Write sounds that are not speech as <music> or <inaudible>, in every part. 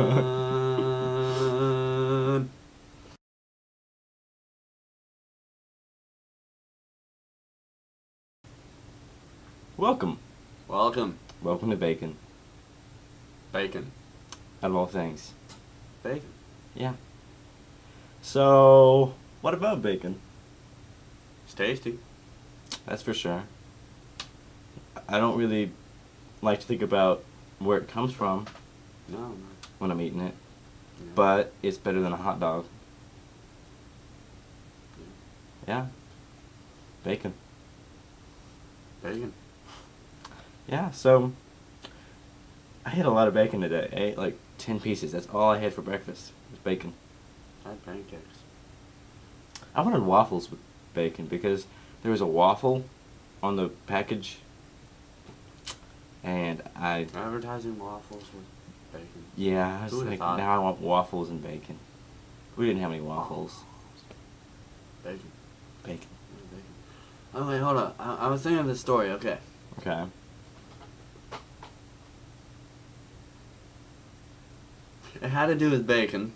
Bacon. <laughs> Welcome. <laughs> Welcome, Welcome to Bacon. bacon, Out of all things. bacon. Yeah. So, what about bacon? It's tasty. That's for sure. I don't really like to think about where it comes from No, no. when I'm eating it, Yeah. but it's better than a hot dog. Yeah. Bacon. bacon. Yeah, so I had a lot of bacon today. I ate like 10 pieces. That's all I had for breakfast was bacon. I had pancakes. I wanted waffles with bacon because there was a waffle on the package and I Advertising waffles with bacon. Yeah, I was Who would've like, thought? now I want waffles and bacon. We didn't have any waffles. Bacon. Bacon. Yeah, bacon. Oh wait, hold on. I, I was thinking of this story. Okay. Okay. It had to do with bacon.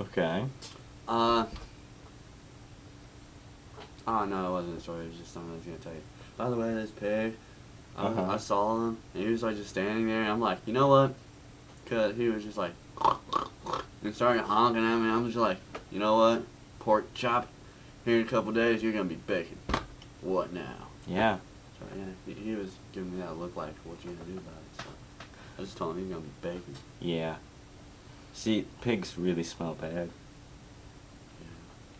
Okay. Uh. Oh no, it wasn't a story. It was just something I was gonna tell you. By the way, this pig. Uh, Uh-huh. I saw him, and he was like just standing there. And I'm like, you know what? Cause he was just like, and started honking at me. I'm just like, you know what? Pork chop. Here in a couple days, you're gonna be bacon. What now? Yeah. So yeah, he, he was giving me that look like, what you gonna do about it? So I just told him he's gonna be bacon. Yeah. See, pigs really smell bad.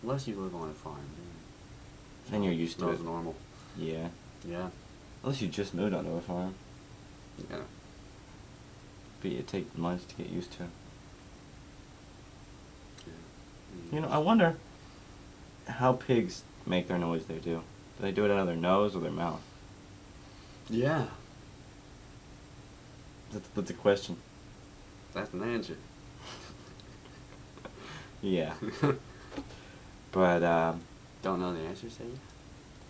Unless you live on a farm, then Then you're it used to smells it. normal. Yeah. Yeah. Unless you just moved onto a farm. Yeah. But it takes months to get used to. You know, I wonder how pigs make their noise they do. Do they do it out of their nose or their mouth? Yeah, That's, that's a question. that's an answer. Yeah. <laughs> But um, <laughs> Don't know the answer, say it.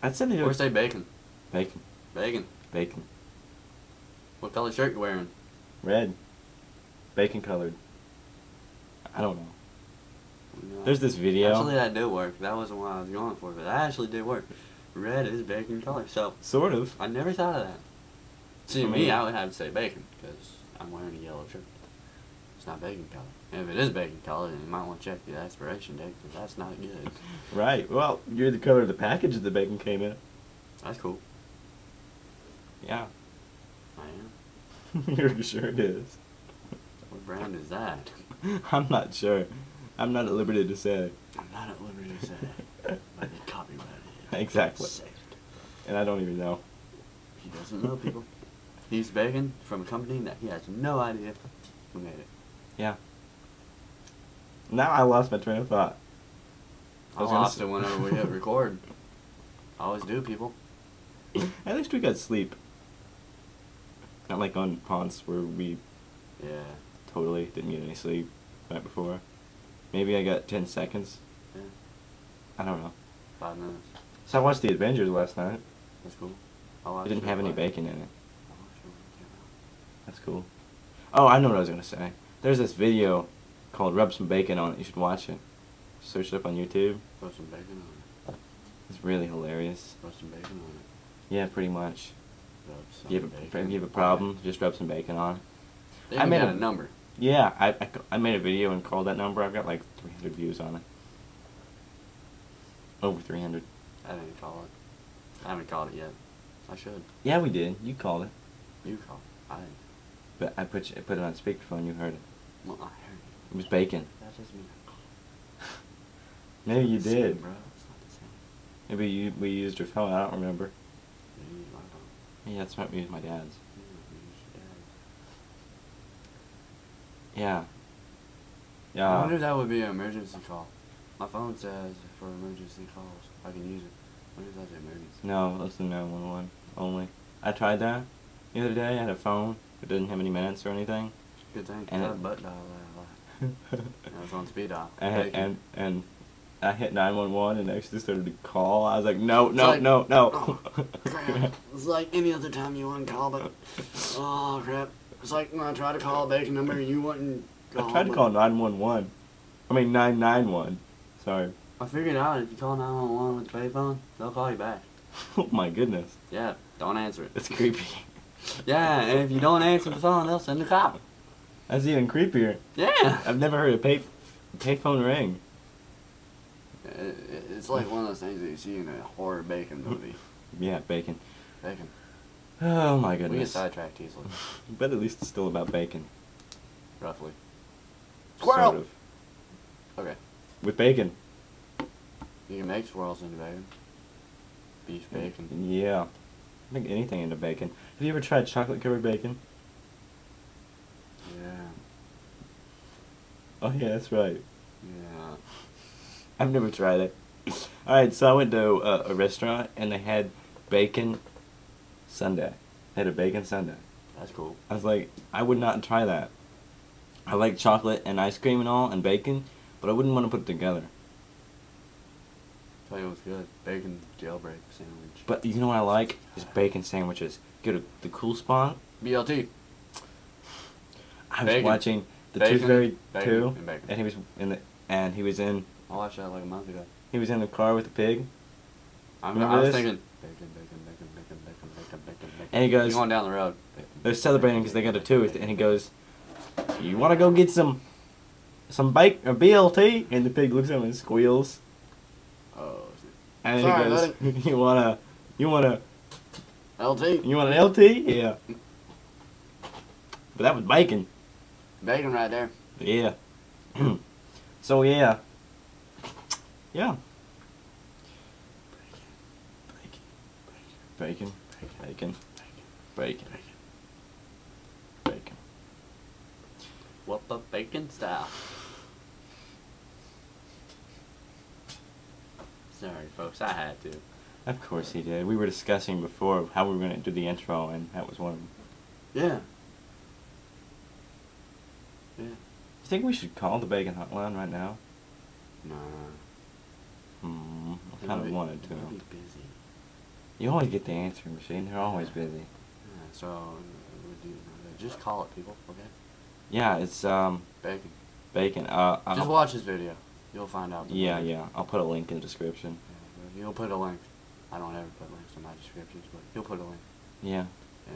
I'd say they do Or it. say bacon. Bacon. Bacon. Bacon. What color shirt you wearing? Red. Bacon colored. I don't know. No. There's this video. Actually, that did work. That wasn't what I was going for, but that actually did work. Red is bacon color, so Sort of. I never thought of that. See, For me- me, I would have to say bacon because I'm wearing a yellow shirt. It's not bacon color. And if it is bacon color, then you might want to check the expiration date because that's not <laughs> good. Right. Well, you're the color of the package that the bacon came in. That's cool. Yeah. I am. <laughs> you're sure it is. <laughs> What brand is that? I'm not sure. I'm not at liberty to say. <laughs> <laughs> I'm not at liberty to say, but the copyright is <laughs> Exactly. saved. And I don't even know. He doesn't know people. He's begging from a company that he has no idea who made it. Yeah. Now I lost my train of thought. I I was gonna lost say- it whenever <laughs> we hit record. I always do, people. At least we got sleep. Not like on Ponce where we Yeah. totally didn't get any sleep right before. Maybe I got 10 seconds. Yeah. I don't know. Five minutes. So I watched The Avengers last night. That's cool. I watched It didn't it, have any but- bacon in it. I watched it when it came out. That's cool. Oh, I know what I was gonna say. There's this video called "Rub Some Bacon on It." You should watch it. Search it up on YouTube. Throw some bacon on it. It's really hilarious. Throw some bacon on it. Yeah, pretty much. Rub some If you have a, bacon if you have on a it. problem, just rub some bacon on. They I even made got a- a number. Yeah, I, I, c- I made a video and called that number. I've got like 300 views on it. Over 300. I didn't call it. I haven't called it yet. I should. Yeah, we did. You called it, You call. it. I. but I put you, I put it on speakerphone. You heard it. <laughs> Well, I heard you. It was bacon. That doesn't mean I called. Maybe you It's the same, did. bro. It's not the same. Maybe you we used your phone. I don't remember. You use my phone. Yeah, that's right. We used my dad's. You use your Yeah. dad's. I Yeah. wonder if that would be an emergency call. My phone says for emergency calls, I can use it. What if that's an emergency? No, that's the 911 only. I tried that the other day. I had a phone. It didn't have any minutes or <laughs> anything. Good thing. And And it- butt dial that a lot. And it's on speed dial. and, Bacon. and and I hit 911 and actually started to call. I was like, no, no, like- no, no. Oh, <laughs> crap. It's like any other time you want to call, but oh crap. It's like when I try to call a bacon number, you wouldn't. I tried to but- call 911. I mean, 991. Sorry. <laughs> I figured out if you call 911 with the payphone, they'll call you back. Oh my goodness. Yeah, don't answer it. That's creepy. Yeah, and if you don't answer the phone, they'll send a cop. That's even creepier. Yeah. I've never heard a pay payphone ring. It- <laughs> <laughs> it- It's like one of those things that you see in a horror bacon movie. Yeah, bacon. Bacon. Oh my We get goodness. sidetracked <laughs> easily, But at least it's still about bacon. roughly. Squirrel! Sort of. Okay. With bacon. You can make swirls into bacon. Beef bacon. Yeah. I think anything into bacon. Have you ever tried chocolate covered bacon? Yeah. Oh yeah, that's right. Yeah. I've never tried it. <laughs> All right, so I went to uh, a restaurant and they had bacon sundae. They had a bacon sundae. That's cool. I was like, I would not try that. I like chocolate and ice cream and all and bacon, but I wouldn't want to put it together. Tell you what's good. Bacon jailbreak sandwich. But you know what I like is bacon sandwiches. Go to the cool spot. BLT. I was Bacon. watching the Bacon, Tooth Fairy bacon, two, and bacon. and he was in the and he was in I watched that like a month ago. he was in the car with the pig, I'm, Remember I was this? thinking bacon, bacon, bacon, bacon, bacon, bacon, bacon, bacon. And he goes- You're going down the road. Bacon, They're bacon, celebrating because they bacon, got a bacon, tooth, and bacon. he goes, "You want to go get some, some bake or BLT?" And the pig looks at him and squeals, Oh, is and Sorry, he goes, <laughs> "You wanna, you wanna, it LT. you want an LT? Yeah." But that was bacon. Bacon right there. Yeah. <clears throat> so yeah. Yeah. Bacon, Bacon. Bacon. Bacon. bacon. Bacon. Whoop up bacon style. Sorry, folks. I had to. Of course he did. We were discussing before how we were gonna do the intro, and that was one. of them. Yeah. Yeah. You think we should call the bacon hotline right now? Nah. Hmm, I They kind might of be- wanted they might to. be busy. You always get the answering machine. They're always busy. Yeah, so uh, we do, uh, just call it, people. Okay. Yeah, it's um Bacon. bacon. Uh, I'll- Just watch this video. You'll find out. the Yeah, number. yeah. I'll put a link in the description. Yeah, You'll put a link. I don't ever put links in my descriptions, but you'll put a link. Yeah, Yeah.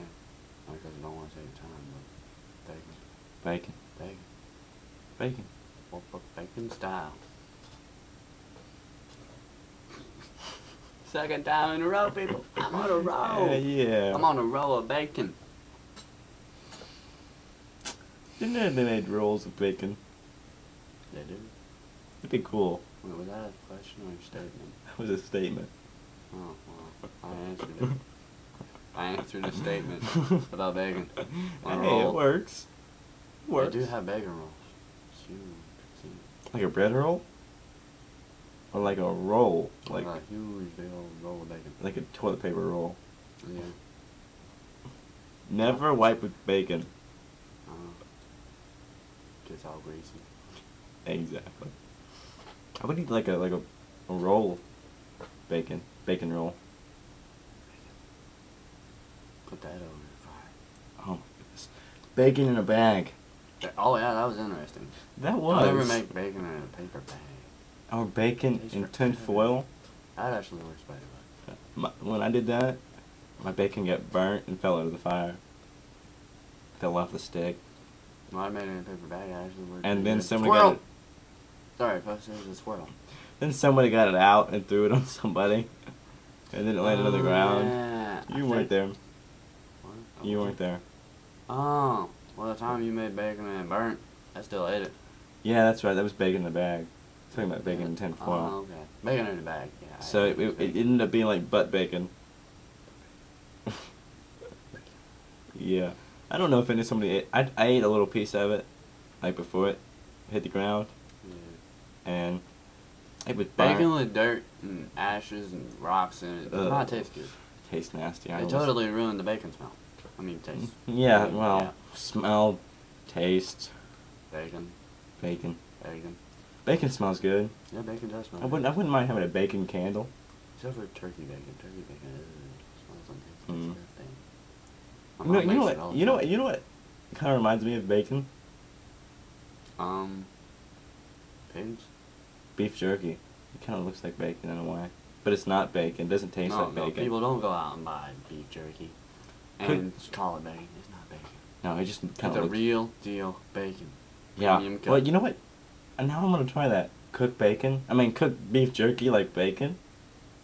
Not because I don't want to take your time, but bacon, bacon, bacon, bacon. whoop, whoop, bacon style. Second time in a row, people. I'm on a roll. Yeah, yeah. I'm on a roll of bacon. Didn't they- they made rolls of bacon? They do. It'd be cool. <laughs> Wait, was that a question or a statement? That was a statement. <laughs> Oh, well, I answered it. I answered a statement about bacon. On a hey, roll. it works. It I works. do have bacon rolls. It's huge. It's huge. like a bread roll, or like a roll, like a huge big old roll of bacon. like a toilet paper roll. Yeah. Never wipe with bacon. Uh, just all greasy. Exactly. I would eat like a like a, a roll, of bacon bacon roll. Put that over the fire. Oh my goodness, bacon in a bag. That- Oh yeah, that was interesting. That I'll never was make bacon in a paper bag. our bacon Taste in for- tin foil. That actually works better. But My, when I did that, my bacon got burnt and fell out of the fire. Fell off the stick, when I made it in a paper bag, it actually and worked. pretty then good. somebody Squirrel! got it, Sorry, folks, there's a squirrel. then somebody got it out and threw it <laughs> on somebody, and then it landed on the Oh, ground. yeah. I You weren't think- there. What? I You weren't wasn't. there. Oh, well, the time you made bacon and it burnt, I still ate it. Yeah, that's right. That was bacon in the bag. Talking about bacon in tin foil. Oh, okay. Bacon in a bag. Yeah. I So ate it, it, it ended up being like butt bacon. <laughs> yeah. I don't know if any somebody ate. I, I ate a little piece of it, like before it hit the ground, Yeah. and it was burnt. Bacon with dirt and ashes and rocks in it does Ugh. not taste good. Tastes nasty. I It was- totally ruined the bacon smell. I mean, taste. <laughs> Yeah, Yeah. well, smell, taste, Bacon, bacon. bacon. Bacon smells good. Yeah, bacon does smell. I wouldn't. I wouldn't mind having a bacon candle. Except for turkey bacon. Turkey bacon ugh, smells like it's Mm. mm. thing. My You know. mom You know makes it all what? the You know. what- time. You know what? Kind of reminds me of bacon. Um. Pigs. Beef jerky. It kind of looks like bacon in a way, but it's not bacon. It doesn't taste no, like no, bacon. people don't go out and buy beef jerky Could- and call it bacon. It's not bacon. No, it just kind It's a of looks. real deal bacon. yeah. premium cut. Well, you know what? And now I'm gonna try that. Cook bacon. I mean, cook beef jerky like bacon.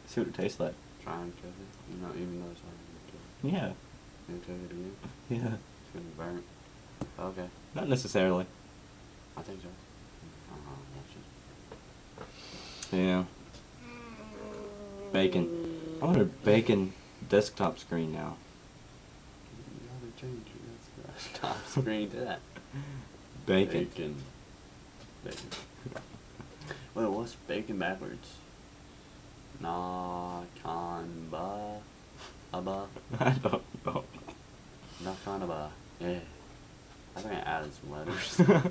See what it tastes like. Try and cook it. You know, even though it's already Yeah. been cooked. You cook it again. Yeah. It's gonna be burnt. Okay, Not necessarily. I think so. Uh-huh, that's just- Yeah. Bacon. I want a bacon desktop screen now. <laughs> You gotta change it. That's <laughs> the top screen to that. Bacon. Bacon. Bacon. Wait, what's bacon backwards? Na con ba aba I don't know. na con aba. Yeah. I think I added <laughs> some letters. Uh,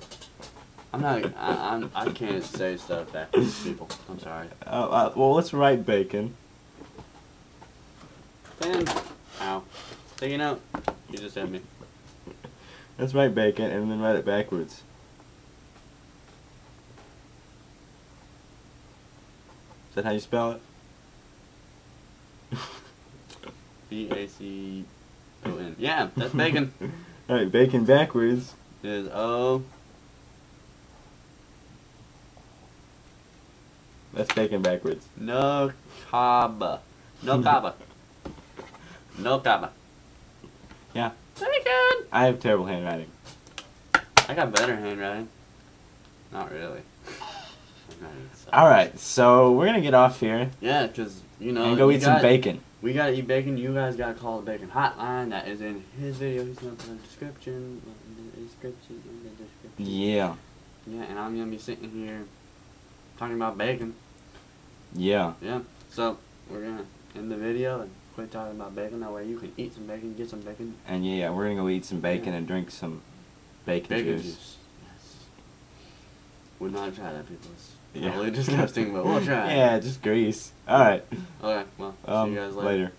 I'm not. I, I'm. I can't say stuff backwards, people. I'm sorry. uh, uh, well, let's write bacon. Ben. Ow. Taking out. You just hit me. Let's write bacon and then write it backwards. Is that how you spell it? B A C O N. Yeah, that's bacon. All right, bacon backwards. is O. That's bacon backwards. No kaba. No kaba. No kaba. Yeah. Bacon! I have terrible handwriting. I got better handwriting. Not really. Handwriting sucks. All right, so we're gonna get off here Yeah, because, you know. and go you eat some got- bacon. We gotta eat bacon. You guys gotta call the bacon hotline. That is in his video. He's gonna put in the description. In the description. In the description. Yeah. Yeah, and I'm gonna be sitting here talking about bacon. Yeah. Yeah. So we're gonna end the video and quit talking about bacon. That way you can eat some bacon, get some bacon, And yeah, we're gonna go eat some bacon Yeah. and drink some bacon, bacon juice. juice. Yes. Would not try that, people. It's Yeah. <laughs> really disgusting, but we'll try. it. yeah, just grease. All right. Okay. Well. Um, see you guys later.